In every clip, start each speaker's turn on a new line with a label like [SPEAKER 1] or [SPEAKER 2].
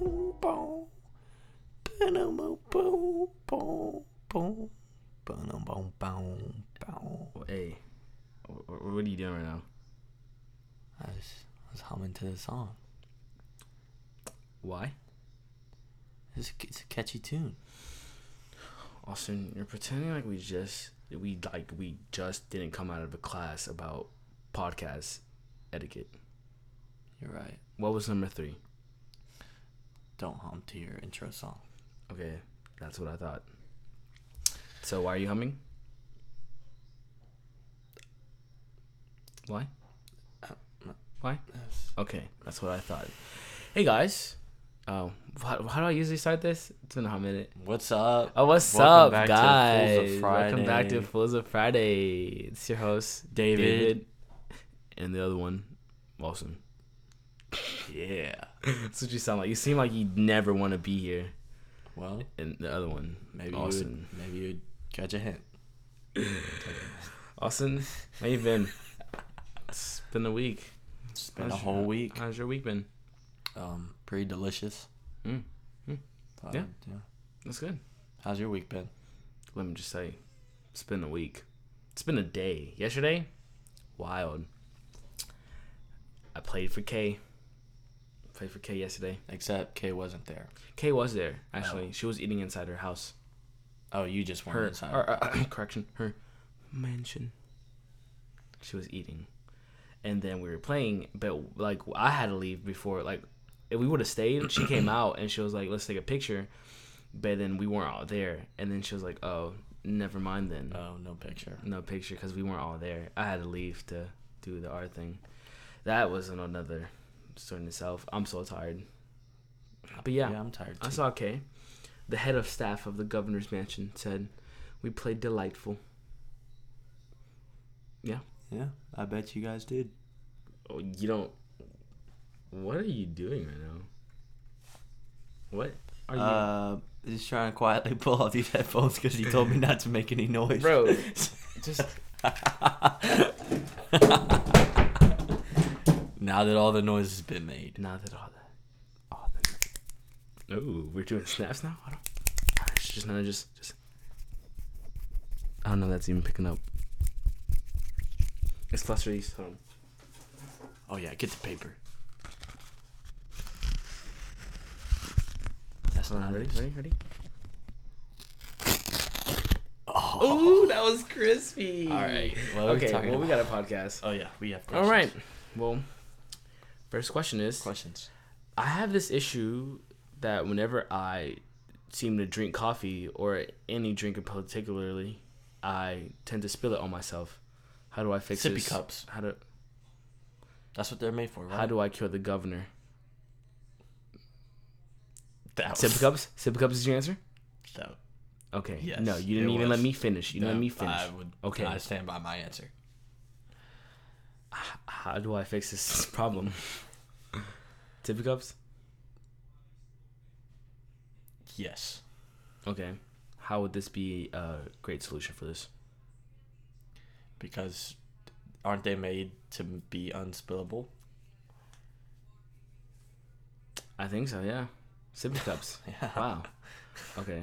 [SPEAKER 1] boom. Boom, boom, boom, boom, boom. Boom, boom, boom, boom.
[SPEAKER 2] Hey, wh- wh- what are you doing right now?
[SPEAKER 1] I was, I was humming to the song.
[SPEAKER 2] Why?
[SPEAKER 1] It's a, it's a catchy tune.
[SPEAKER 2] Austin, you're pretending like we just we like we just didn't come out of a class about podcast etiquette.
[SPEAKER 1] You're right.
[SPEAKER 2] What was number three?
[SPEAKER 1] Don't hum to your intro song.
[SPEAKER 2] Okay, that's what I thought. So why are you humming? Why? Why? Okay, that's what I thought. Hey guys, oh, how, how do I usually start this? It's been a hot minute.
[SPEAKER 1] What's up?
[SPEAKER 2] Oh, what's
[SPEAKER 1] Welcome back
[SPEAKER 2] up,
[SPEAKER 1] to Fools of
[SPEAKER 2] guys? Welcome back
[SPEAKER 1] Friday.
[SPEAKER 2] to Fools of Friday. It's your host
[SPEAKER 1] David.
[SPEAKER 2] and the other one, Wilson.
[SPEAKER 1] Yeah.
[SPEAKER 2] That's what you sound like. You seem like you never want to be here.
[SPEAKER 1] Well,
[SPEAKER 2] And the other one,
[SPEAKER 1] maybe
[SPEAKER 2] Austin.
[SPEAKER 1] you would, maybe you'd catch a hint.
[SPEAKER 2] Austin, how you been? It's been a week.
[SPEAKER 1] It's been a
[SPEAKER 2] How's
[SPEAKER 1] whole
[SPEAKER 2] your-
[SPEAKER 1] week.
[SPEAKER 2] How's your week been?
[SPEAKER 1] Um, pretty delicious.
[SPEAKER 2] Mm, mm.
[SPEAKER 1] Thought
[SPEAKER 2] Yeah.
[SPEAKER 1] I'd- yeah.
[SPEAKER 2] That's good.
[SPEAKER 1] How's your week been?
[SPEAKER 2] Let me just say, it's been a week. It's been a day. Yesterday, wild. I played for K. Played for K yesterday.
[SPEAKER 1] Except Kay wasn't there.
[SPEAKER 2] Kay was there actually. She was eating inside her house.
[SPEAKER 1] Oh, you just weren't
[SPEAKER 2] Her
[SPEAKER 1] inside.
[SPEAKER 2] or, uh, correction, her mansion. She was eating, and then we were playing. But like I had to leave before. Like if we would have stayed, she came out and she was like, "Let's take a picture," but then we weren't all there. And then she was like, "Oh, never mind then."
[SPEAKER 1] Oh, no picture.
[SPEAKER 2] no picture because we weren't all there. I had to leave to do the art thing. That was another story in itself. I'm so tired. But yeah,
[SPEAKER 1] I'm tired. Too.
[SPEAKER 2] I saw Kay. The head of staff of the governor's mansion said, "We played delightful." Yeah.
[SPEAKER 1] yeah, I bet you guys did.
[SPEAKER 2] Oh, you don't. What are you doing right now? What are you,
[SPEAKER 1] Uh, just trying to quietly pull off these headphones because he told me not to make any noise.
[SPEAKER 2] bro? just
[SPEAKER 1] Now that all the noise has been made.
[SPEAKER 2] now that all that, all that. Oh, we're doing snaps now. I don't. Ah, It's just no, just just. I don't know. if That's even picking up. It's cluster these. Hold on.
[SPEAKER 1] Oh yeah, get the paper. That's
[SPEAKER 2] Hold
[SPEAKER 1] not
[SPEAKER 2] on. Ready? Uh, Ready? Ready?
[SPEAKER 1] Oh.
[SPEAKER 2] Ooh, that was crispy.
[SPEAKER 1] All right, what are we
[SPEAKER 2] okay.
[SPEAKER 1] talking
[SPEAKER 2] Well, we got a podcast.
[SPEAKER 1] oh yeah, we have
[SPEAKER 2] All
[SPEAKER 1] questions.
[SPEAKER 2] right. Well, first question is
[SPEAKER 1] Questions.
[SPEAKER 2] I have this issue that whenever I seem to drink coffee or any drink in particularly, I tend to spill it on myself. How do I fix
[SPEAKER 1] Sippy
[SPEAKER 2] this?
[SPEAKER 1] cups.
[SPEAKER 2] How do
[SPEAKER 1] That's what they're made for, right?
[SPEAKER 2] how do I kill the governor?
[SPEAKER 1] that was,
[SPEAKER 2] Sippy cups. Sippy cups is your answer.
[SPEAKER 1] that-
[SPEAKER 2] Okay.
[SPEAKER 1] Yes,
[SPEAKER 2] no, you didn't
[SPEAKER 1] it
[SPEAKER 2] even
[SPEAKER 1] was.
[SPEAKER 2] let me finish. You didn't
[SPEAKER 1] no,
[SPEAKER 2] let me finish.
[SPEAKER 1] I would.
[SPEAKER 2] Okay.
[SPEAKER 1] I stand by my answer.
[SPEAKER 2] How do I fix this problem? Sippy cups.
[SPEAKER 1] Yes.
[SPEAKER 2] Okay. How would this be a great solution for this?
[SPEAKER 1] because aren't they made to be unspillable?
[SPEAKER 2] I think so. Yeah. Sippy cups.
[SPEAKER 1] Yeah.
[SPEAKER 2] Wow. Okay.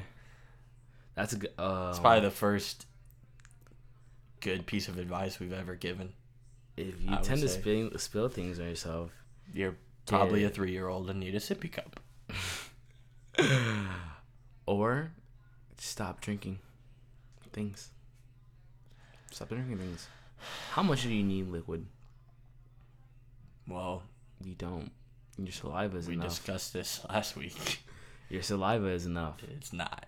[SPEAKER 2] That's a good.
[SPEAKER 1] It's
[SPEAKER 2] Uh,
[SPEAKER 1] probably the first good piece of advice we've ever given.
[SPEAKER 2] if you
[SPEAKER 1] I would
[SPEAKER 2] tend to
[SPEAKER 1] say.
[SPEAKER 2] spill, spill things on yourself,
[SPEAKER 1] You're probably a
[SPEAKER 2] Dude.
[SPEAKER 1] three year old and need a sippy cup.
[SPEAKER 2] or stop drinking things. Stop drinking things. How much do you need liquid?
[SPEAKER 1] Well,
[SPEAKER 2] You don't. Your saliva is
[SPEAKER 1] we
[SPEAKER 2] enough.
[SPEAKER 1] discussed this last week.
[SPEAKER 2] Your saliva is enough.
[SPEAKER 1] It's not.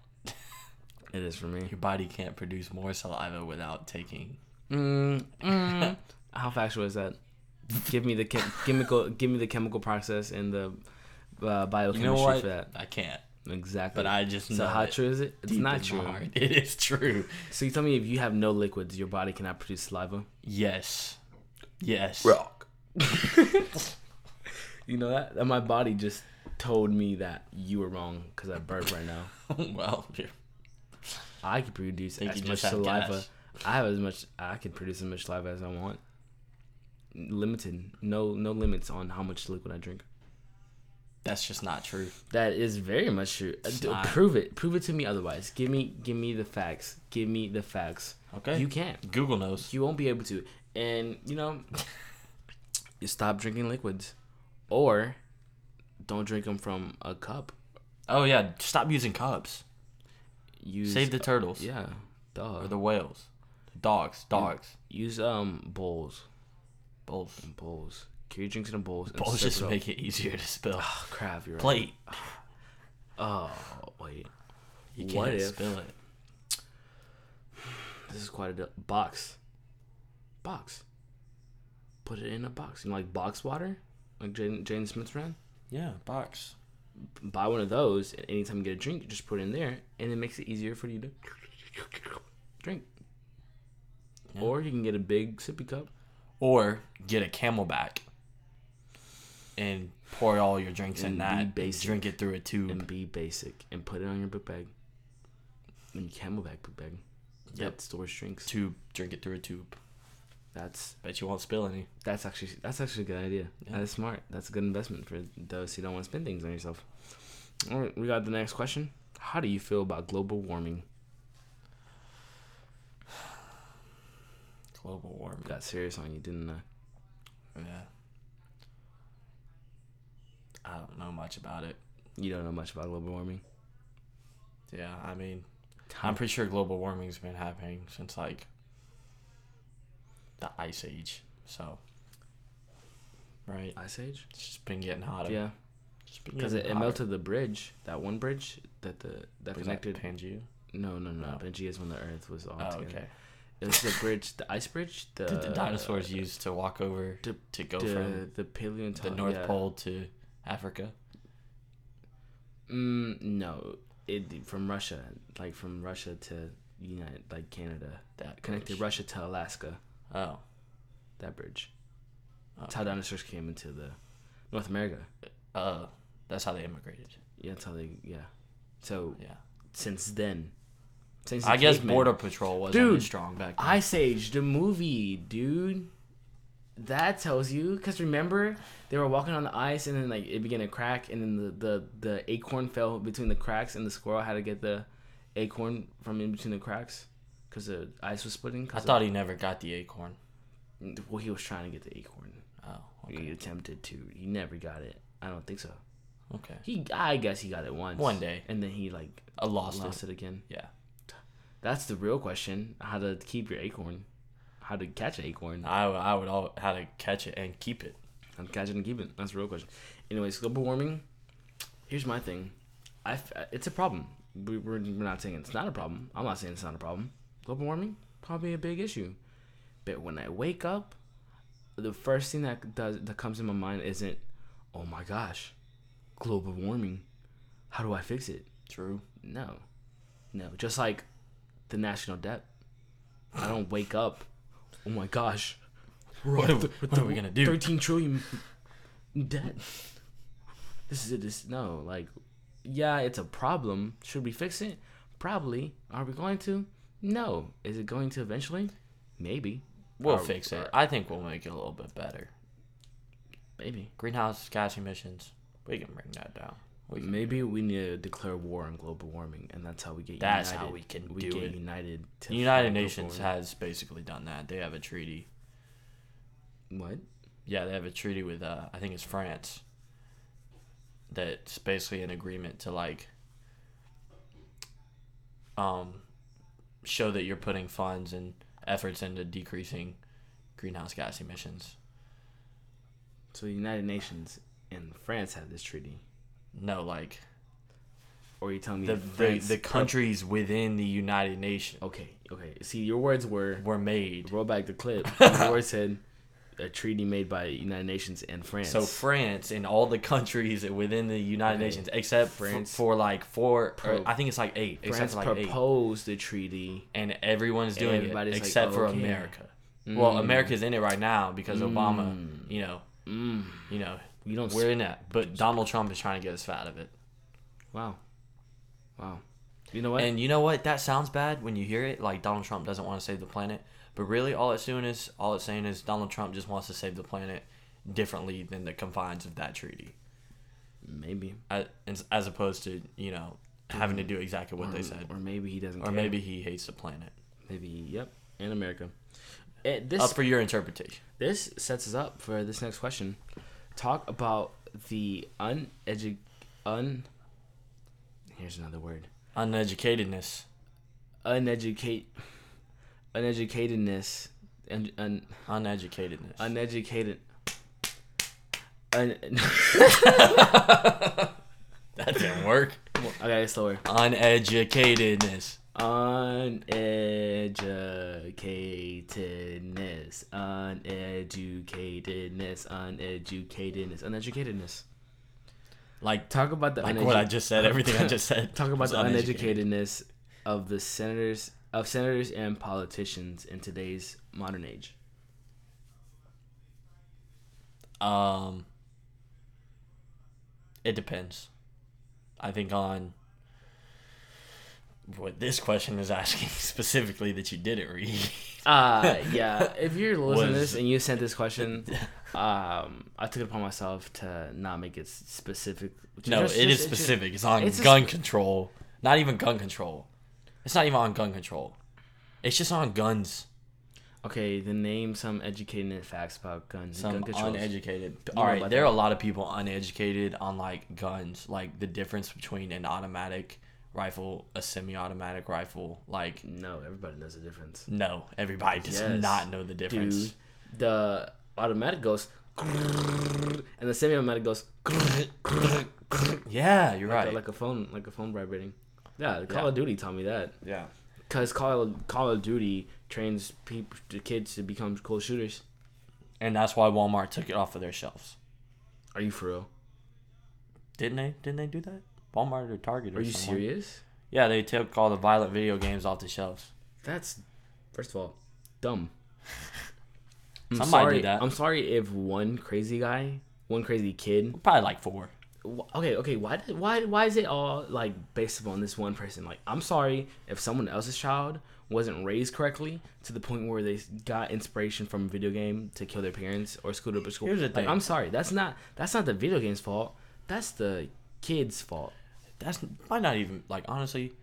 [SPEAKER 2] It is for me.
[SPEAKER 1] Your body can't produce more saliva without taking.
[SPEAKER 2] Mm, mm. How factual is that? Give me the chem- chemical. Give me the chemical process and the uh, biochemistry
[SPEAKER 1] You know what?
[SPEAKER 2] for that.
[SPEAKER 1] I can't.
[SPEAKER 2] Exactly.
[SPEAKER 1] But I just
[SPEAKER 2] So
[SPEAKER 1] know
[SPEAKER 2] how
[SPEAKER 1] it
[SPEAKER 2] true is it? It's
[SPEAKER 1] deep
[SPEAKER 2] not
[SPEAKER 1] in
[SPEAKER 2] true.
[SPEAKER 1] my heart. It is true.
[SPEAKER 2] So you tell me if you have no liquids, your body cannot produce saliva.
[SPEAKER 1] Yes. Yes.
[SPEAKER 2] Rock. you know that? that? My body just told me that you were wrong because I burp right now.
[SPEAKER 1] well, you're-
[SPEAKER 2] I can produce
[SPEAKER 1] Think
[SPEAKER 2] as
[SPEAKER 1] you
[SPEAKER 2] much
[SPEAKER 1] just have
[SPEAKER 2] saliva.
[SPEAKER 1] gas.
[SPEAKER 2] I have as much. I can produce as much saliva as I want. Limited. No, no limits on how much liquid I drink.
[SPEAKER 1] That's just not true.
[SPEAKER 2] That is very much true. Uh, d-
[SPEAKER 1] not.
[SPEAKER 2] Prove it. Prove it to me otherwise. Give me give me the facts. Give me the facts.
[SPEAKER 1] Okay.
[SPEAKER 2] You can't.
[SPEAKER 1] Google knows.
[SPEAKER 2] You won't be able to. And you know, you stop drinking liquids, or don't drink them from a cup.
[SPEAKER 1] Oh yeah, stop using cubs.
[SPEAKER 2] Use
[SPEAKER 1] Save the turtles
[SPEAKER 2] yeah, dog.
[SPEAKER 1] or the whales, dogs, dogs,
[SPEAKER 2] Use um bowls,
[SPEAKER 1] bowls.
[SPEAKER 2] bowls. Carry drinks in a bowls. and
[SPEAKER 1] Bowls
[SPEAKER 2] sip
[SPEAKER 1] just
[SPEAKER 2] it up.
[SPEAKER 1] make it easier to spill.
[SPEAKER 2] Oh, crap. You're right.
[SPEAKER 1] Plate.
[SPEAKER 2] Oh wait,
[SPEAKER 1] You
[SPEAKER 2] What
[SPEAKER 1] can't
[SPEAKER 2] if-
[SPEAKER 1] spill it.
[SPEAKER 2] this is quite a di- box. Box. Put it in a box. You know, like box water, like Jane, Jane Smith ran.
[SPEAKER 1] Yeah, box.
[SPEAKER 2] buy one of those and anytime you get a drink you just put it in there and it makes it easier for you to drink
[SPEAKER 1] Yeah.
[SPEAKER 2] or you can get a big sippy cup
[SPEAKER 1] Or get a Camelback and pour all your drinks in
[SPEAKER 2] And
[SPEAKER 1] that.
[SPEAKER 2] be
[SPEAKER 1] and
[SPEAKER 2] basic.
[SPEAKER 1] drink it through a tube.
[SPEAKER 2] and be basic and put it on your book bag and your camelback book bag that stores drinks
[SPEAKER 1] tube. Drink it through a tube.
[SPEAKER 2] that's
[SPEAKER 1] Bet you won't spill any.
[SPEAKER 2] that's actually that's actually a good idea
[SPEAKER 1] Yeah.
[SPEAKER 2] that's smart that's a good investment for those who don't want to spend things on yourself all right we got the next question how do you feel about global warming
[SPEAKER 1] Global warming.
[SPEAKER 2] got serious on you didn't i
[SPEAKER 1] Yeah. I don't know much about it.
[SPEAKER 2] you don't know much about global warming
[SPEAKER 1] Yeah, I mean, I'm pretty sure global warming's been happening since like the ice age. So, right,
[SPEAKER 2] ice age
[SPEAKER 1] it's just been getting hotter.
[SPEAKER 2] yeah
[SPEAKER 1] It's been
[SPEAKER 2] Because it,
[SPEAKER 1] getting
[SPEAKER 2] it
[SPEAKER 1] hotter.
[SPEAKER 2] melted the bridge, that one bridge that the that
[SPEAKER 1] Was that
[SPEAKER 2] connected.
[SPEAKER 1] Pangea?
[SPEAKER 2] no, no, no.
[SPEAKER 1] No.
[SPEAKER 2] Pangea is when the Earth was all
[SPEAKER 1] Oh,
[SPEAKER 2] together.
[SPEAKER 1] okay.
[SPEAKER 2] It was the bridge, the ice bridge. The,
[SPEAKER 1] Did the dinosaurs used to walk over
[SPEAKER 2] the-
[SPEAKER 1] to go
[SPEAKER 2] the
[SPEAKER 1] from
[SPEAKER 2] the paleontol-
[SPEAKER 1] the North
[SPEAKER 2] yeah.
[SPEAKER 1] Pole to Africa?
[SPEAKER 2] Mm, no, it from Russia, like from Russia to United, like Canada.
[SPEAKER 1] That
[SPEAKER 2] Connected
[SPEAKER 1] bridge.
[SPEAKER 2] Russia to Alaska.
[SPEAKER 1] Oh,
[SPEAKER 2] That bridge. That's
[SPEAKER 1] Okay.
[SPEAKER 2] how dinosaurs came into the North America.
[SPEAKER 1] uh, that's how they immigrated.
[SPEAKER 2] Yeah, that's how they. Yeah. So
[SPEAKER 1] Yeah,
[SPEAKER 2] since then, since the
[SPEAKER 1] I guess
[SPEAKER 2] cavemen-
[SPEAKER 1] Border Patrol wasn't
[SPEAKER 2] Dude,
[SPEAKER 1] as strong back then.
[SPEAKER 2] Ice Age, the movie, dude. That tells you, cause remember they were walking on the ice and then like it began to crack and then the the, the acorn fell between the cracks and the squirrel had to get the acorn from in between the cracks, cause the ice was splitting.
[SPEAKER 1] I
[SPEAKER 2] 'cause
[SPEAKER 1] thought he never got the acorn.
[SPEAKER 2] of, well he was trying to get the acorn.
[SPEAKER 1] Oh,
[SPEAKER 2] He
[SPEAKER 1] okay,
[SPEAKER 2] attempted to. He never got it. I don't think so.
[SPEAKER 1] okay.
[SPEAKER 2] He I guess he got it once.
[SPEAKER 1] One day.
[SPEAKER 2] And then he like
[SPEAKER 1] I lost,
[SPEAKER 2] lost
[SPEAKER 1] it.
[SPEAKER 2] it again.
[SPEAKER 1] Yeah,
[SPEAKER 2] That's the real question: how to keep your acorn, how to catch an acorn.
[SPEAKER 1] I, I would all how to catch it and keep it.
[SPEAKER 2] I'm catching and keeping. That's a real question. Anyways, global warming. Here's my thing. I f- it's a problem. We, we're, we're not saying it's not a problem. I'm not saying it's not a problem. Global warming probably a big issue. But when I wake up, the first thing that does that comes in my mind isn't, oh my gosh, global warming. How do I fix it?
[SPEAKER 1] True.
[SPEAKER 2] No, no. Just like the national debt. I don't wake up. Oh my gosh, we're
[SPEAKER 1] What
[SPEAKER 2] up
[SPEAKER 1] are-
[SPEAKER 2] to-
[SPEAKER 1] what are we gonna do?"
[SPEAKER 2] Thirteen trillion debt. This is a This no. Like, yeah, it's a problem. Should we fix it? Probably. Are we going to? No. Is it going to eventually? Maybe. uh,
[SPEAKER 1] We'll
[SPEAKER 2] Or-
[SPEAKER 1] fix it.
[SPEAKER 2] or-
[SPEAKER 1] I think we'll make it a little bit better.
[SPEAKER 2] Maybe.
[SPEAKER 1] Greenhouse gas emissions. We can bring that down. We can,
[SPEAKER 2] Maybe we need to declare war on global warming, and that's how we get.
[SPEAKER 1] That's
[SPEAKER 2] united.
[SPEAKER 1] how we can
[SPEAKER 2] we
[SPEAKER 1] do
[SPEAKER 2] get
[SPEAKER 1] it.
[SPEAKER 2] United. To
[SPEAKER 1] the United
[SPEAKER 2] fight global
[SPEAKER 1] Nations
[SPEAKER 2] warming.
[SPEAKER 1] has basically done that. They have a treaty.
[SPEAKER 2] what?
[SPEAKER 1] Yeah, they have a treaty with uh, I think it's France. That's basically an agreement to like um show that you're putting funds and efforts into decreasing greenhouse gas emissions.
[SPEAKER 2] So the United Nations and France have this treaty,
[SPEAKER 1] No, like
[SPEAKER 2] or you telling me
[SPEAKER 1] the the,
[SPEAKER 2] France-
[SPEAKER 1] the countries within the United Nations
[SPEAKER 2] Okay, okay. See, your words were
[SPEAKER 1] were made.
[SPEAKER 2] roll back the clip. your words said a treaty made by United Nations and France.
[SPEAKER 1] So France and all the countries within the United
[SPEAKER 2] Okay.
[SPEAKER 1] Nations, except France,
[SPEAKER 2] France-
[SPEAKER 1] for, like four, or
[SPEAKER 2] Pro-
[SPEAKER 1] I think it's like eight, except
[SPEAKER 2] France
[SPEAKER 1] for like eight,
[SPEAKER 2] proposed the treaty.
[SPEAKER 1] and everyone's doing it
[SPEAKER 2] Everybody's like,
[SPEAKER 1] except for
[SPEAKER 2] okay.
[SPEAKER 1] America. Well, America's in it right now because Obama, you know,
[SPEAKER 2] Mm,
[SPEAKER 1] you know,
[SPEAKER 2] you don't.
[SPEAKER 1] we're in that. But Donald Trump is trying to get us out of it.
[SPEAKER 2] wow, wow. You know what?
[SPEAKER 1] And you know what? That sounds bad when you hear it. Like Donald Trump doesn't want to save the planet, but really, all it's doing is all it's saying is Donald Trump just wants to save the planet differently than the confines of that treaty.
[SPEAKER 2] Maybe.
[SPEAKER 1] as, as opposed to you know having to do exactly what
[SPEAKER 2] or,
[SPEAKER 1] they said,
[SPEAKER 2] Mm, Or maybe he doesn't
[SPEAKER 1] or
[SPEAKER 2] care.
[SPEAKER 1] maybe he hates the planet.
[SPEAKER 2] Maybe, yep. In America. Eh, this
[SPEAKER 1] Up for your interpretation.
[SPEAKER 2] this sets us up for this next question. Talk about the uneduc un here's another word
[SPEAKER 1] Uneducatedness.
[SPEAKER 2] uneducate uneducatedness and un,
[SPEAKER 1] Uneducatedness.
[SPEAKER 2] uneducated un,
[SPEAKER 1] that didn't work.
[SPEAKER 2] okay slower
[SPEAKER 1] Uneducatedness.
[SPEAKER 2] uneducatedness uneducatedness uneducatedness uneducatedness
[SPEAKER 1] Like
[SPEAKER 2] talk about the
[SPEAKER 1] like
[SPEAKER 2] unedu-
[SPEAKER 1] what I just said. Everything I just said.
[SPEAKER 2] Talk about
[SPEAKER 1] was
[SPEAKER 2] the
[SPEAKER 1] uneducated.
[SPEAKER 2] uneducatedness of the senators of senators and politicians in today's modern age.
[SPEAKER 1] Um, it depends. I think on what this question is asking specifically that you didn't read.
[SPEAKER 2] Uh yeah. If you're listening to
[SPEAKER 1] Was-
[SPEAKER 2] this and you sent this question, um, I took it upon myself to not make it specific.
[SPEAKER 1] No,
[SPEAKER 2] Just-
[SPEAKER 1] it is
[SPEAKER 2] just- it's just-
[SPEAKER 1] specific. It's on
[SPEAKER 2] it's a
[SPEAKER 1] gun control. Not even gun control. It's not even on gun control. It's just on guns.
[SPEAKER 2] okay, then name some educated facts about guns.
[SPEAKER 1] Some
[SPEAKER 2] and gun controls.
[SPEAKER 1] uneducated.
[SPEAKER 2] know
[SPEAKER 1] All right,
[SPEAKER 2] about
[SPEAKER 1] there are
[SPEAKER 2] that.
[SPEAKER 1] a lot of people uneducated on like guns, like the difference between an automatic rifle, a semi-automatic rifle. Like,
[SPEAKER 2] no, everybody knows the difference.
[SPEAKER 1] no, everybody does
[SPEAKER 2] Yes.
[SPEAKER 1] not know the difference.
[SPEAKER 2] Dude, the automatic goes, and the semi-automatic goes.
[SPEAKER 1] Yeah, you're
[SPEAKER 2] like
[SPEAKER 1] right.
[SPEAKER 2] a, like a phone, like a phone vibrating. Yeah, Call of Duty taught me that.
[SPEAKER 1] yeah.
[SPEAKER 2] Cause Call Call of Duty trains people, the kids to become cool shooters.
[SPEAKER 1] And that's why Walmart took it off of their shelves.
[SPEAKER 2] Are you for real?
[SPEAKER 1] Didn't they? Didn't they do that? Walmart or Target or
[SPEAKER 2] Are you
[SPEAKER 1] someone.
[SPEAKER 2] serious?
[SPEAKER 1] Yeah, they took all the violent video games off the shelves.
[SPEAKER 2] That's first of all dumb. I'm
[SPEAKER 1] Somebody
[SPEAKER 2] sorry.
[SPEAKER 1] did that.
[SPEAKER 2] I'm sorry if one crazy guy, one crazy kid.
[SPEAKER 1] Probably like four.
[SPEAKER 2] wh- Okay, okay. Why did why why is it all like based upon this one person? Like, I'm sorry if someone else's child wasn't raised correctly to the point where they got inspiration from a video game to kill their parents or screwed up at school.
[SPEAKER 1] Here's the
[SPEAKER 2] Like,
[SPEAKER 1] thing.
[SPEAKER 2] I'm sorry. That's not that's not the video game's fault. That's the kid's fault.
[SPEAKER 1] That's might not even like honestly.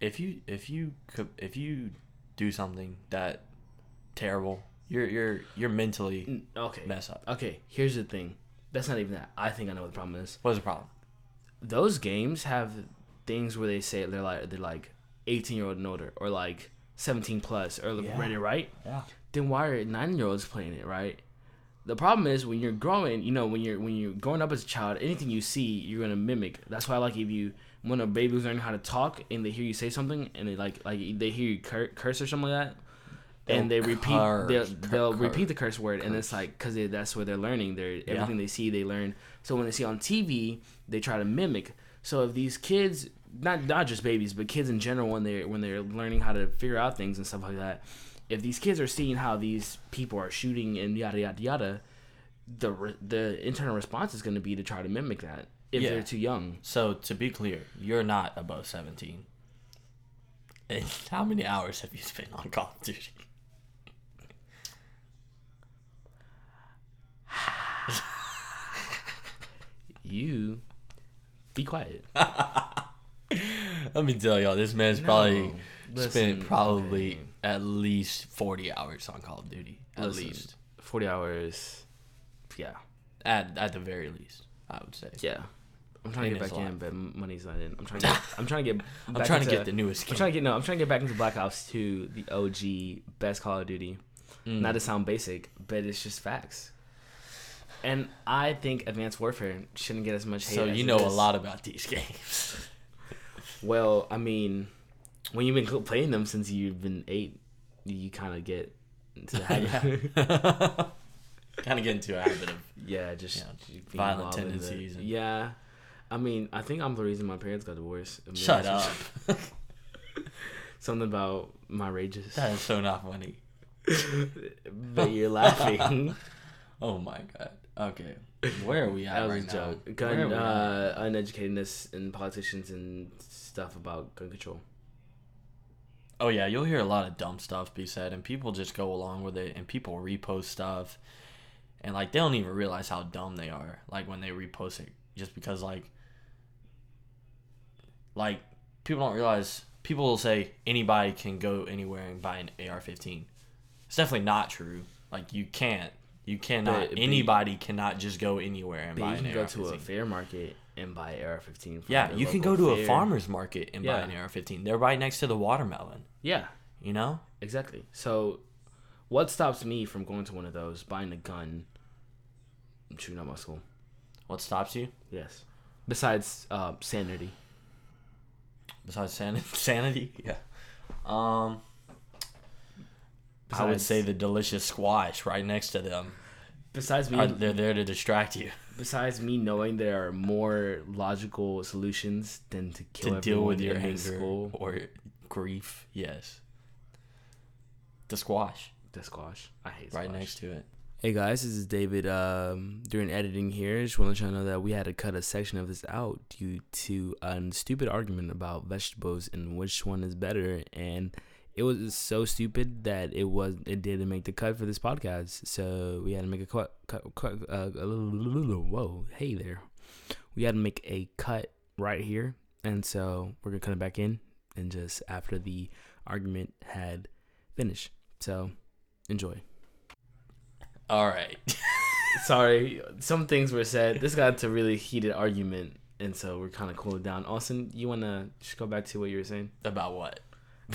[SPEAKER 1] If you if you could if you do something that terrible, you're you're you're mentally
[SPEAKER 2] Okay.
[SPEAKER 1] mess up.
[SPEAKER 2] Okay, here's the thing. That's not even that. I think I know what the problem is.
[SPEAKER 1] What's the problem?
[SPEAKER 2] Those games have things where they say they're like they're like 18 year old and older or like 17 plus or
[SPEAKER 1] Yeah.
[SPEAKER 2] ready right?
[SPEAKER 1] Yeah.
[SPEAKER 2] then why are nine year olds playing it, right? The problem is when you're growing, you know, when you're when you're growing up as a child, anything you see, you're gonna mimic. That's why, like, if you when a baby's learning how to talk and they hear you say something and they like like they hear you cur- curse or something like that, and they
[SPEAKER 1] They'll
[SPEAKER 2] repeat
[SPEAKER 1] curse,
[SPEAKER 2] they'll,
[SPEAKER 1] cur-
[SPEAKER 2] they'll
[SPEAKER 1] curse,
[SPEAKER 2] repeat the curse word, and it's like because that's where they're learning. They're everything they see, they learn. So when they see on TV, they try to mimic. So if these kids, not not just babies, but kids in general, when they are when they're learning how to figure out things and stuff like that, if these kids are seeing how these people are shooting and yada yada yada, the re- the internal response is going to be to try to mimic that if
[SPEAKER 1] Yeah.
[SPEAKER 2] they're too young.
[SPEAKER 1] So to be clear, you're not above seventeen. And how many hours have you spent on Call of Duty?
[SPEAKER 2] You be quiet.
[SPEAKER 1] Let me tell y'all, this man's probably
[SPEAKER 2] listen,
[SPEAKER 1] spent probably
[SPEAKER 2] okay.
[SPEAKER 1] at least forty hours on Call of Duty. At
[SPEAKER 2] Listen,
[SPEAKER 1] least,
[SPEAKER 2] forty hours. Yeah.
[SPEAKER 1] at at the very least, I would say.
[SPEAKER 2] Yeah. I'm trying to
[SPEAKER 1] Ain't
[SPEAKER 2] get back
[SPEAKER 1] it a
[SPEAKER 2] in, but m- money's not in. I'm trying to. Get, I'm trying to get.
[SPEAKER 1] I'm
[SPEAKER 2] back
[SPEAKER 1] trying to
[SPEAKER 2] into-
[SPEAKER 1] get the newest skin.
[SPEAKER 2] I'm trying to get no. I'm trying to get back into Black Ops 2, the OG best Call of Duty.
[SPEAKER 1] Mm.
[SPEAKER 2] Not to sound basic, but it's just facts. And I think Advanced Warfare shouldn't get as much hate.
[SPEAKER 1] so
[SPEAKER 2] as
[SPEAKER 1] you
[SPEAKER 2] it
[SPEAKER 1] know a
[SPEAKER 2] is.
[SPEAKER 1] lot about these games.
[SPEAKER 2] Well, I mean, when you've been cl- playing them since you've been eight, you kind of get into the habit.
[SPEAKER 1] kind of get into a habit of
[SPEAKER 2] yeah, just
[SPEAKER 1] Yeah,
[SPEAKER 2] being
[SPEAKER 1] violent
[SPEAKER 2] involved in the-
[SPEAKER 1] tendencies and-
[SPEAKER 2] Yeah, I mean, I think I'm the reason my parents got divorced. I mean,
[SPEAKER 1] shut
[SPEAKER 2] that's
[SPEAKER 1] up.
[SPEAKER 2] just Something about my rages.
[SPEAKER 1] that is so not funny.
[SPEAKER 2] but you're laughing.
[SPEAKER 1] Oh my god. Okay, where are we at
[SPEAKER 2] that was
[SPEAKER 1] right
[SPEAKER 2] a
[SPEAKER 1] now?
[SPEAKER 2] joke.
[SPEAKER 1] Where are
[SPEAKER 2] Gun
[SPEAKER 1] we at?
[SPEAKER 2] uh, uneducatedness and politicians and stuff about gun control.
[SPEAKER 1] Oh yeah, you'll hear a lot of dumb stuff be said, and people just go along with it, and people repost stuff, and like they don't even realize how dumb they are. Like when they repost it just because like like people don't realize people will say anybody can go anywhere and buy an AR-15. It's definitely not true. Like you can't. You cannot.
[SPEAKER 2] But- but-
[SPEAKER 1] anybody cannot just go anywhere and buy
[SPEAKER 2] But you
[SPEAKER 1] an
[SPEAKER 2] can go
[SPEAKER 1] AR-15.
[SPEAKER 2] to a fair market and buy an AR-15. from
[SPEAKER 1] yeah,
[SPEAKER 2] the
[SPEAKER 1] you can go
[SPEAKER 2] local
[SPEAKER 1] to a
[SPEAKER 2] fair.
[SPEAKER 1] farmer's market and buy
[SPEAKER 2] Yeah.
[SPEAKER 1] an AR-15. They're right next to the watermelon.
[SPEAKER 2] Yeah,
[SPEAKER 1] You know?
[SPEAKER 2] exactly. So, what stops me from going to one of those, buying a gun, and shooting out my school?
[SPEAKER 1] What stops you
[SPEAKER 2] Yes. Besides uh, sanity.
[SPEAKER 1] besides san- sanity? Yeah. Um, I would
[SPEAKER 2] Besides-
[SPEAKER 1] say the delicious squash right next to them.
[SPEAKER 2] Besides me,
[SPEAKER 1] Are- they're there to distract you.
[SPEAKER 2] besides me knowing there are more logical solutions than to kill
[SPEAKER 1] to deal with
[SPEAKER 2] everyone
[SPEAKER 1] your
[SPEAKER 2] in
[SPEAKER 1] anger
[SPEAKER 2] this school,
[SPEAKER 1] or grief. Yes. The squash
[SPEAKER 2] the squash. I hate
[SPEAKER 1] right
[SPEAKER 2] squash.
[SPEAKER 1] next to it.
[SPEAKER 2] Hey guys, this is David. Um, during editing here, just want to let you know that we had to cut a section of this out due to a stupid argument about vegetables and which one is better, and it was so stupid that it was it didn't make the cut for this podcast. So we had to make a cut, cut, cut uh, a little, whoa, hey there, we had to make a cut right here, and so we're gonna cut it back in and just after the argument had finished. So enjoy.
[SPEAKER 1] All right.
[SPEAKER 2] Sorry, some things were said. This got to really heated argument, and so we're kind of cooled down. Austin, you wanna just go back to what you were saying?
[SPEAKER 1] About what?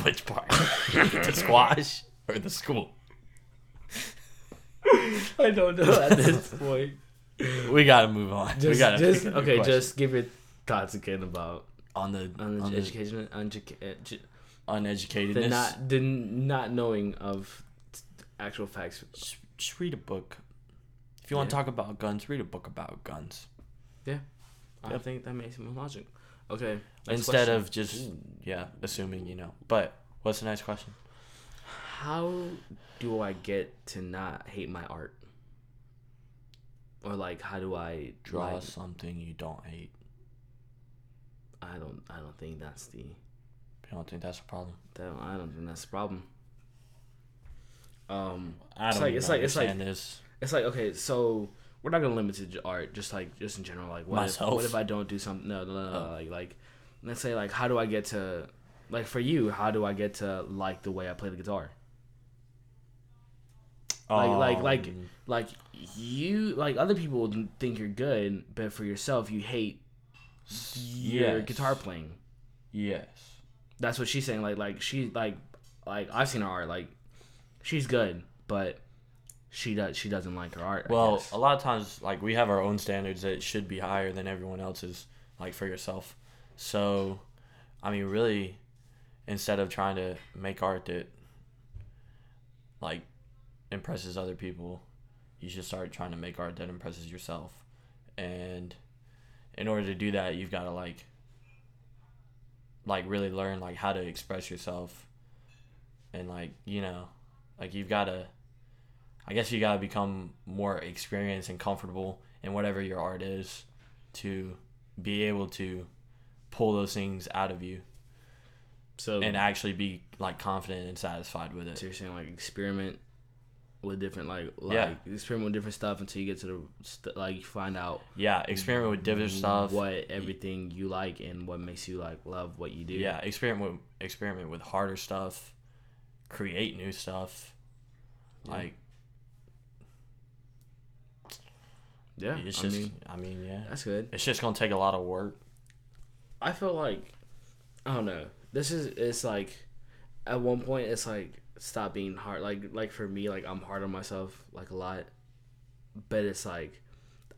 [SPEAKER 1] Which part? the squash or the school?
[SPEAKER 2] I don't know at this point.
[SPEAKER 1] We gotta move on. we
[SPEAKER 2] Just,
[SPEAKER 1] gotta pick
[SPEAKER 2] just
[SPEAKER 1] a new
[SPEAKER 2] okay.
[SPEAKER 1] question.
[SPEAKER 2] Just give your thoughts again about
[SPEAKER 1] on the on
[SPEAKER 2] on
[SPEAKER 1] the,
[SPEAKER 2] education, on educa- edu- the
[SPEAKER 1] uneducatedness.
[SPEAKER 2] not the not knowing of t- actual facts.
[SPEAKER 1] just, just read a book. If you want to
[SPEAKER 2] Yeah.
[SPEAKER 1] talk about guns, read a book about guns
[SPEAKER 2] I think that makes more logic. Okay. next
[SPEAKER 1] instead
[SPEAKER 2] question.
[SPEAKER 1] of just yeah, assuming you know. But what's the next question?
[SPEAKER 2] how do I get to not hate my art? Or like, how do I
[SPEAKER 1] Draw
[SPEAKER 2] like,
[SPEAKER 1] something you don't hate.
[SPEAKER 2] I don't. I don't think that's the.
[SPEAKER 1] You don't think that's a problem?
[SPEAKER 2] That, I don't think that's the problem. Um,
[SPEAKER 1] I
[SPEAKER 2] It's
[SPEAKER 1] don't
[SPEAKER 2] like- it's like- it's like-
[SPEAKER 1] understand this.
[SPEAKER 2] it's like okay, so we're not gonna limit it to art, just like just in general. Like, what if,
[SPEAKER 1] Myself. Oh.
[SPEAKER 2] what if I don't do something? No, no, no, no. Like, like, let's say like, how do I get to, like, for you, how do I get to like the way I play the guitar? Like, like, like,
[SPEAKER 1] Um,
[SPEAKER 2] like you, like other people think you're good, but for yourself, you hate your
[SPEAKER 1] yes.
[SPEAKER 2] guitar playing.
[SPEAKER 1] Yes.
[SPEAKER 2] that's what she's saying. Like like she like like I've seen her art. Like she's good, but she does she doesn't like her art. I
[SPEAKER 1] Well,
[SPEAKER 2] guess.
[SPEAKER 1] a lot of times, like we have our own standards that should be higher than everyone else's, like for yourself. So, I mean, really, instead of trying to make art that like impresses other people, you should start trying to make art that impresses yourself. And in order to do that, you've got to like like really learn like how to express yourself and like, you know, like you've got to I guess you got to become more experienced and comfortable in whatever your art is to be able to pull those things out of you
[SPEAKER 2] so
[SPEAKER 1] and actually be like confident and satisfied with
[SPEAKER 2] so
[SPEAKER 1] it.
[SPEAKER 2] you're saying like experiment with different like like
[SPEAKER 1] Yeah.
[SPEAKER 2] experiment with different stuff until you get to the st- like you find out
[SPEAKER 1] Yeah, experiment with different stuff.
[SPEAKER 2] what everything you like and what makes you like love what you do.
[SPEAKER 1] Yeah, experiment with experiment with harder stuff, create new stuff. Like
[SPEAKER 2] yeah.
[SPEAKER 1] it's
[SPEAKER 2] I
[SPEAKER 1] just
[SPEAKER 2] mean
[SPEAKER 1] I mean, yeah.
[SPEAKER 2] that's good.
[SPEAKER 1] It's just going to take a lot of work.
[SPEAKER 2] I feel like I don't know. This is it's like at one point it's like stop being hard. Like like for me, like I'm hard on myself like a lot, but it's like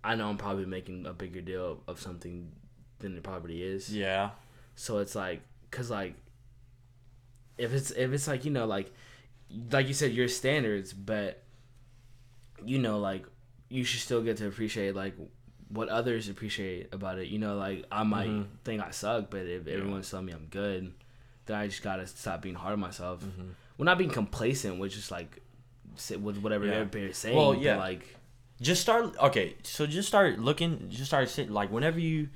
[SPEAKER 2] I know I'm probably making a bigger deal of, of something than it probably is.
[SPEAKER 1] Yeah.
[SPEAKER 2] So it's like because like if it's if it's like you know like like you said your standards, but you know like you should still get to appreciate like what others appreciate about it. You know like I might
[SPEAKER 1] Mm-hmm.
[SPEAKER 2] think I suck, but if everyone's telling me I'm good, then I just gotta stop being hard on myself.
[SPEAKER 1] Mm-hmm.
[SPEAKER 2] Well, not being complacent with just like sit with whatever
[SPEAKER 1] Yeah.
[SPEAKER 2] everybody's saying.
[SPEAKER 1] Well,
[SPEAKER 2] but,
[SPEAKER 1] yeah.
[SPEAKER 2] like
[SPEAKER 1] just start okay so just start looking just start sitting like whenever you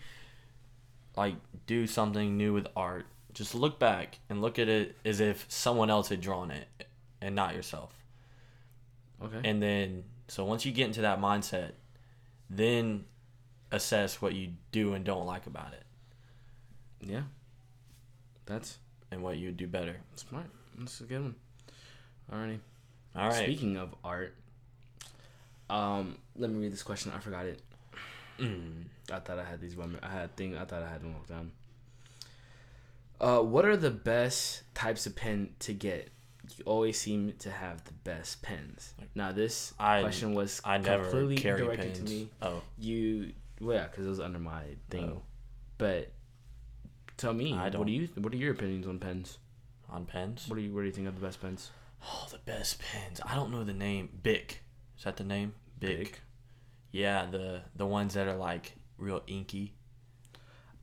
[SPEAKER 1] like do something new with art just look back and look at it as if someone else had drawn it and not yourself
[SPEAKER 2] okay,
[SPEAKER 1] and then so once you get into that mindset then assess what you do and don't like about it
[SPEAKER 2] Yeah. That's
[SPEAKER 1] and what you would do better.
[SPEAKER 2] smart. That's a good one. Alrighty.
[SPEAKER 1] All right.
[SPEAKER 2] Speaking of art, um, let me read this question. I forgot it.
[SPEAKER 1] Mm,
[SPEAKER 2] I thought I had these one. I had thing. I thought I had them locked down. Uh, what are the best types of pen to get? You always seem to have the best pens. Now this
[SPEAKER 1] I-
[SPEAKER 2] question was
[SPEAKER 1] I never
[SPEAKER 2] completely
[SPEAKER 1] carry
[SPEAKER 2] directed
[SPEAKER 1] pens.
[SPEAKER 2] to me.
[SPEAKER 1] Oh,
[SPEAKER 2] You well, yeah, because it was under my thing.
[SPEAKER 1] Oh.
[SPEAKER 2] But tell me,
[SPEAKER 1] I
[SPEAKER 2] what
[SPEAKER 1] don't-
[SPEAKER 2] do you? What are your opinions on pens?
[SPEAKER 1] on pens.
[SPEAKER 2] What do you? What do you think are the best pens?
[SPEAKER 1] Oh, the best pens. I don't know the name. Bic. Is that the name? Bic.
[SPEAKER 2] Bic.
[SPEAKER 1] Yeah, the the ones that are like real inky.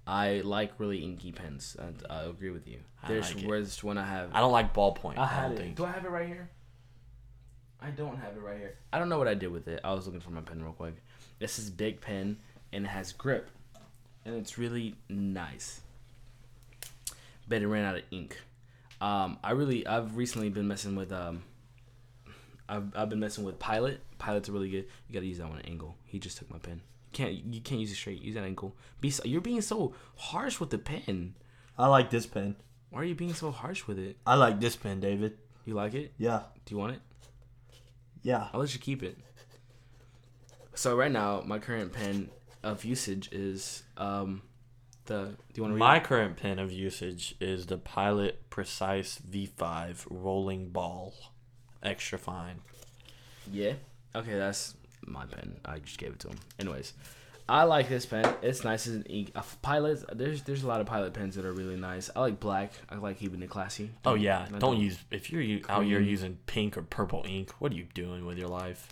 [SPEAKER 2] I like really inky pens. and I agree with you.
[SPEAKER 1] I
[SPEAKER 2] There's
[SPEAKER 1] like it.
[SPEAKER 2] where's one I have.
[SPEAKER 1] I don't like ballpoint.
[SPEAKER 2] I
[SPEAKER 1] I,
[SPEAKER 2] had
[SPEAKER 1] don't
[SPEAKER 2] it.
[SPEAKER 1] think.
[SPEAKER 2] Do I have it right here? I don't have it right here. I don't know what I did with it. I was looking for my pen real quick. This is big pen and it has grip, and it's really nice. But it ran out of ink. Um, I really I've recently been messing with um. I've, I've been messing with Pilot. Pilot's really good. You gotta use that one at angle. He just took my pen. Can't you can't use it straight. Use that angle. Be so, you're being so harsh with the pen.
[SPEAKER 1] I like this pen.
[SPEAKER 2] Why are you being so harsh with it?
[SPEAKER 1] I like this pen, David.
[SPEAKER 2] You like it?
[SPEAKER 1] Yeah,
[SPEAKER 2] Do you want it?
[SPEAKER 1] yeah.
[SPEAKER 2] I'll let you keep it. So right now, my current pen of usage is um the. Do you want to read?
[SPEAKER 1] My
[SPEAKER 2] it?
[SPEAKER 1] current pen of usage is the Pilot Precise V5 Rolling Ball, extra fine.
[SPEAKER 2] Yeah. Okay, that's my pen. I just gave it to him. Anyways, I like this pen. It's nice as an ink. Uh, Pilots. There's there's a lot of pilot pens that are really nice. I like black. I like keeping it classy.
[SPEAKER 1] Oh yeah,
[SPEAKER 2] I
[SPEAKER 1] don't use if you're u- out here using pink or purple ink. What are you doing with your life?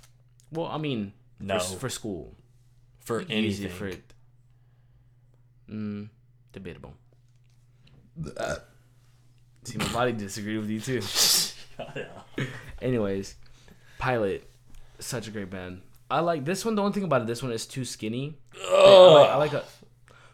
[SPEAKER 2] Well, I mean,
[SPEAKER 1] No.
[SPEAKER 2] for, for school,
[SPEAKER 1] For
[SPEAKER 2] use
[SPEAKER 1] anything,
[SPEAKER 2] it for. Mm, debatable. See, my body disagreed with you too. Anyways, Pilot, such a great band. I like this one. The only thing about it, this one is too skinny. I like, I like a.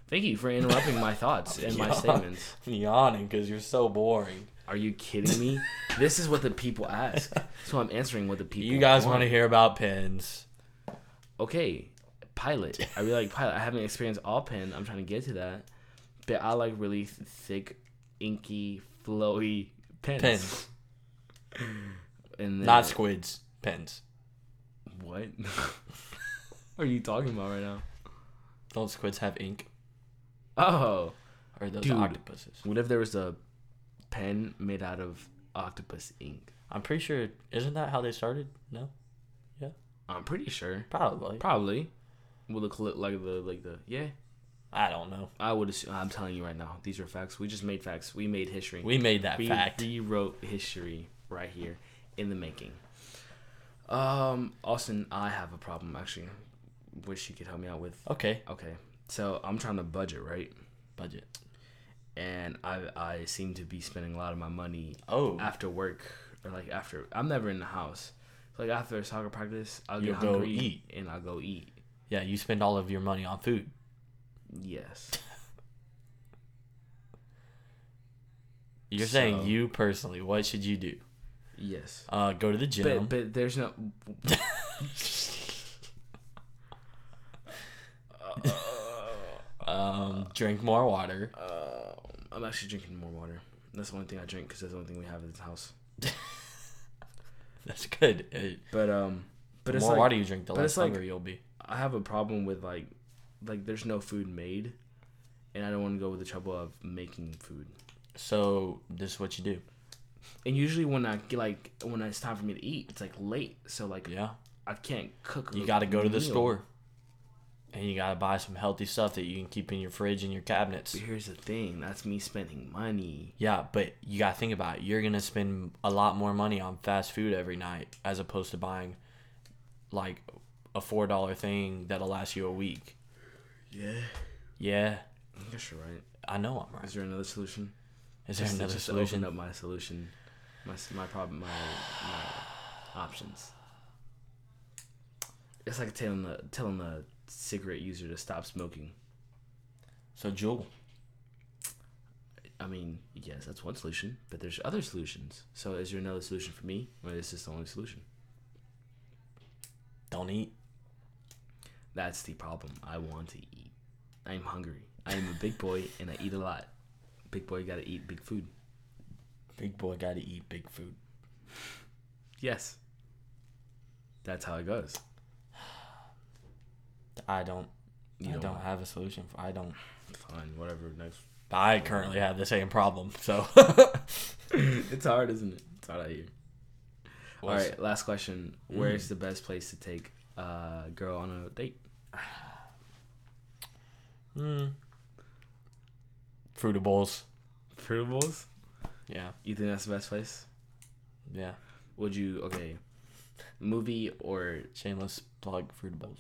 [SPEAKER 2] Thank you for interrupting my thoughts and my
[SPEAKER 1] Yeah.
[SPEAKER 2] statements.
[SPEAKER 1] I'm yawning because you're so boring.
[SPEAKER 2] Are you kidding me? This is what the people ask, so I'm answering what the people.
[SPEAKER 1] You guys want to hear about pens?
[SPEAKER 2] Okay, Pilot. I really like Pilot. I haven't experienced all pen. I'm trying to get to that, but I like really th- thick, inky, flowy pens.
[SPEAKER 1] Pens,
[SPEAKER 2] And then,
[SPEAKER 1] not squids. Pens.
[SPEAKER 2] what? what are you talking about right now?
[SPEAKER 1] Don't squids have ink?
[SPEAKER 2] Oh.
[SPEAKER 1] Or those
[SPEAKER 2] Dude.
[SPEAKER 1] octopuses?
[SPEAKER 2] What if there was a pen made out of octopus ink?
[SPEAKER 1] I'm pretty sure. Isn't that how they started? No,
[SPEAKER 2] I'm pretty sure.
[SPEAKER 1] probably.
[SPEAKER 2] Probably. Would look li- like the like the yeah.
[SPEAKER 1] I don't know.
[SPEAKER 2] I would assume. I'm telling you right now. These are facts. We just made facts. We made history.
[SPEAKER 1] We made that
[SPEAKER 2] we
[SPEAKER 1] fact.
[SPEAKER 2] rewrote history right here in the making. Um, Austin, I have a problem actually. Wish you could help me out with.
[SPEAKER 1] Okay,
[SPEAKER 2] Okay, so I'm trying to budget right,
[SPEAKER 1] budget.
[SPEAKER 2] and I I seem to be spending a lot of my money
[SPEAKER 1] Oh,
[SPEAKER 2] after work or like after I'm never in the house. So, like after soccer practice, I'll
[SPEAKER 1] You'll
[SPEAKER 2] get
[SPEAKER 1] go
[SPEAKER 2] hungry
[SPEAKER 1] eat.
[SPEAKER 2] and I'll go eat.
[SPEAKER 1] yeah. You spend all of your money on food.
[SPEAKER 2] Yes.
[SPEAKER 1] You're saying
[SPEAKER 2] So-
[SPEAKER 1] you personally. What should you do?
[SPEAKER 2] Yes.
[SPEAKER 1] Uh, go to the gym.
[SPEAKER 2] But but there's no
[SPEAKER 1] um, drink more water.
[SPEAKER 2] uh, I'm actually drinking more water. That's the only thing I drink because that's the only thing we have in this house.
[SPEAKER 1] That's good. It-
[SPEAKER 2] But um but
[SPEAKER 1] the
[SPEAKER 2] it's
[SPEAKER 1] more
[SPEAKER 2] like
[SPEAKER 1] water you drink, the
[SPEAKER 2] but
[SPEAKER 1] less
[SPEAKER 2] it's like-
[SPEAKER 1] hungry you'll be.
[SPEAKER 2] I have a problem with like like there's no food made and I don't want to go with the trouble of making food.
[SPEAKER 1] So this is what you do.
[SPEAKER 2] And usually when I get like when it's time for me to eat, it's like late. So like
[SPEAKER 1] Yeah,
[SPEAKER 2] I can't cook.
[SPEAKER 1] you
[SPEAKER 2] a
[SPEAKER 1] got to go to the
[SPEAKER 2] meal.
[SPEAKER 1] store, and you got to buy some healthy stuff that you can keep in your fridge and your cabinets.
[SPEAKER 2] But here's the thing, that's me spending money.
[SPEAKER 1] Yeah, but you gotta think about it. You're gonna spend a lot more money on fast food every night as opposed to buying like a four dollar thing that'll last you a week.
[SPEAKER 2] Yeah.
[SPEAKER 1] Yeah,
[SPEAKER 2] I guess you're right.
[SPEAKER 1] I know I'm right.
[SPEAKER 2] Is there another solution?
[SPEAKER 1] Is there
[SPEAKER 2] Just to-
[SPEAKER 1] another
[SPEAKER 2] just to
[SPEAKER 1] solution?
[SPEAKER 2] Open up my solution, my s- my problem, my, my options. It's like telling the telling the cigarette user to stop smoking.
[SPEAKER 1] So Jewel,
[SPEAKER 2] I mean, yes, that's one solution, but there's other solutions. So is there another solution for me, or is this the only solution?
[SPEAKER 1] don't eat.
[SPEAKER 2] That's the problem. I want to eat. I'm hungry. I am a big boy and I eat a lot. Big boy gotta eat big food.
[SPEAKER 1] Big boy got to eat big food.
[SPEAKER 2] Yes. That's how it goes.
[SPEAKER 1] I don't.
[SPEAKER 2] You
[SPEAKER 1] I
[SPEAKER 2] don't
[SPEAKER 1] don't have a solution. For, I don't.
[SPEAKER 2] Fine, whatever. Next.
[SPEAKER 1] I currently have the same problem. So.
[SPEAKER 2] it's hard, isn't it? It's hard out here. All
[SPEAKER 1] What's-
[SPEAKER 2] right, last question.
[SPEAKER 1] Mm.
[SPEAKER 2] Where's the best place to take a girl on a date?
[SPEAKER 1] Mm. Fruitables.
[SPEAKER 2] Fruitables.
[SPEAKER 1] Yeah.
[SPEAKER 2] You think that's the best place?
[SPEAKER 1] Yeah.
[SPEAKER 2] Would you okay? Movie or
[SPEAKER 1] Shameless plug. Fruitables.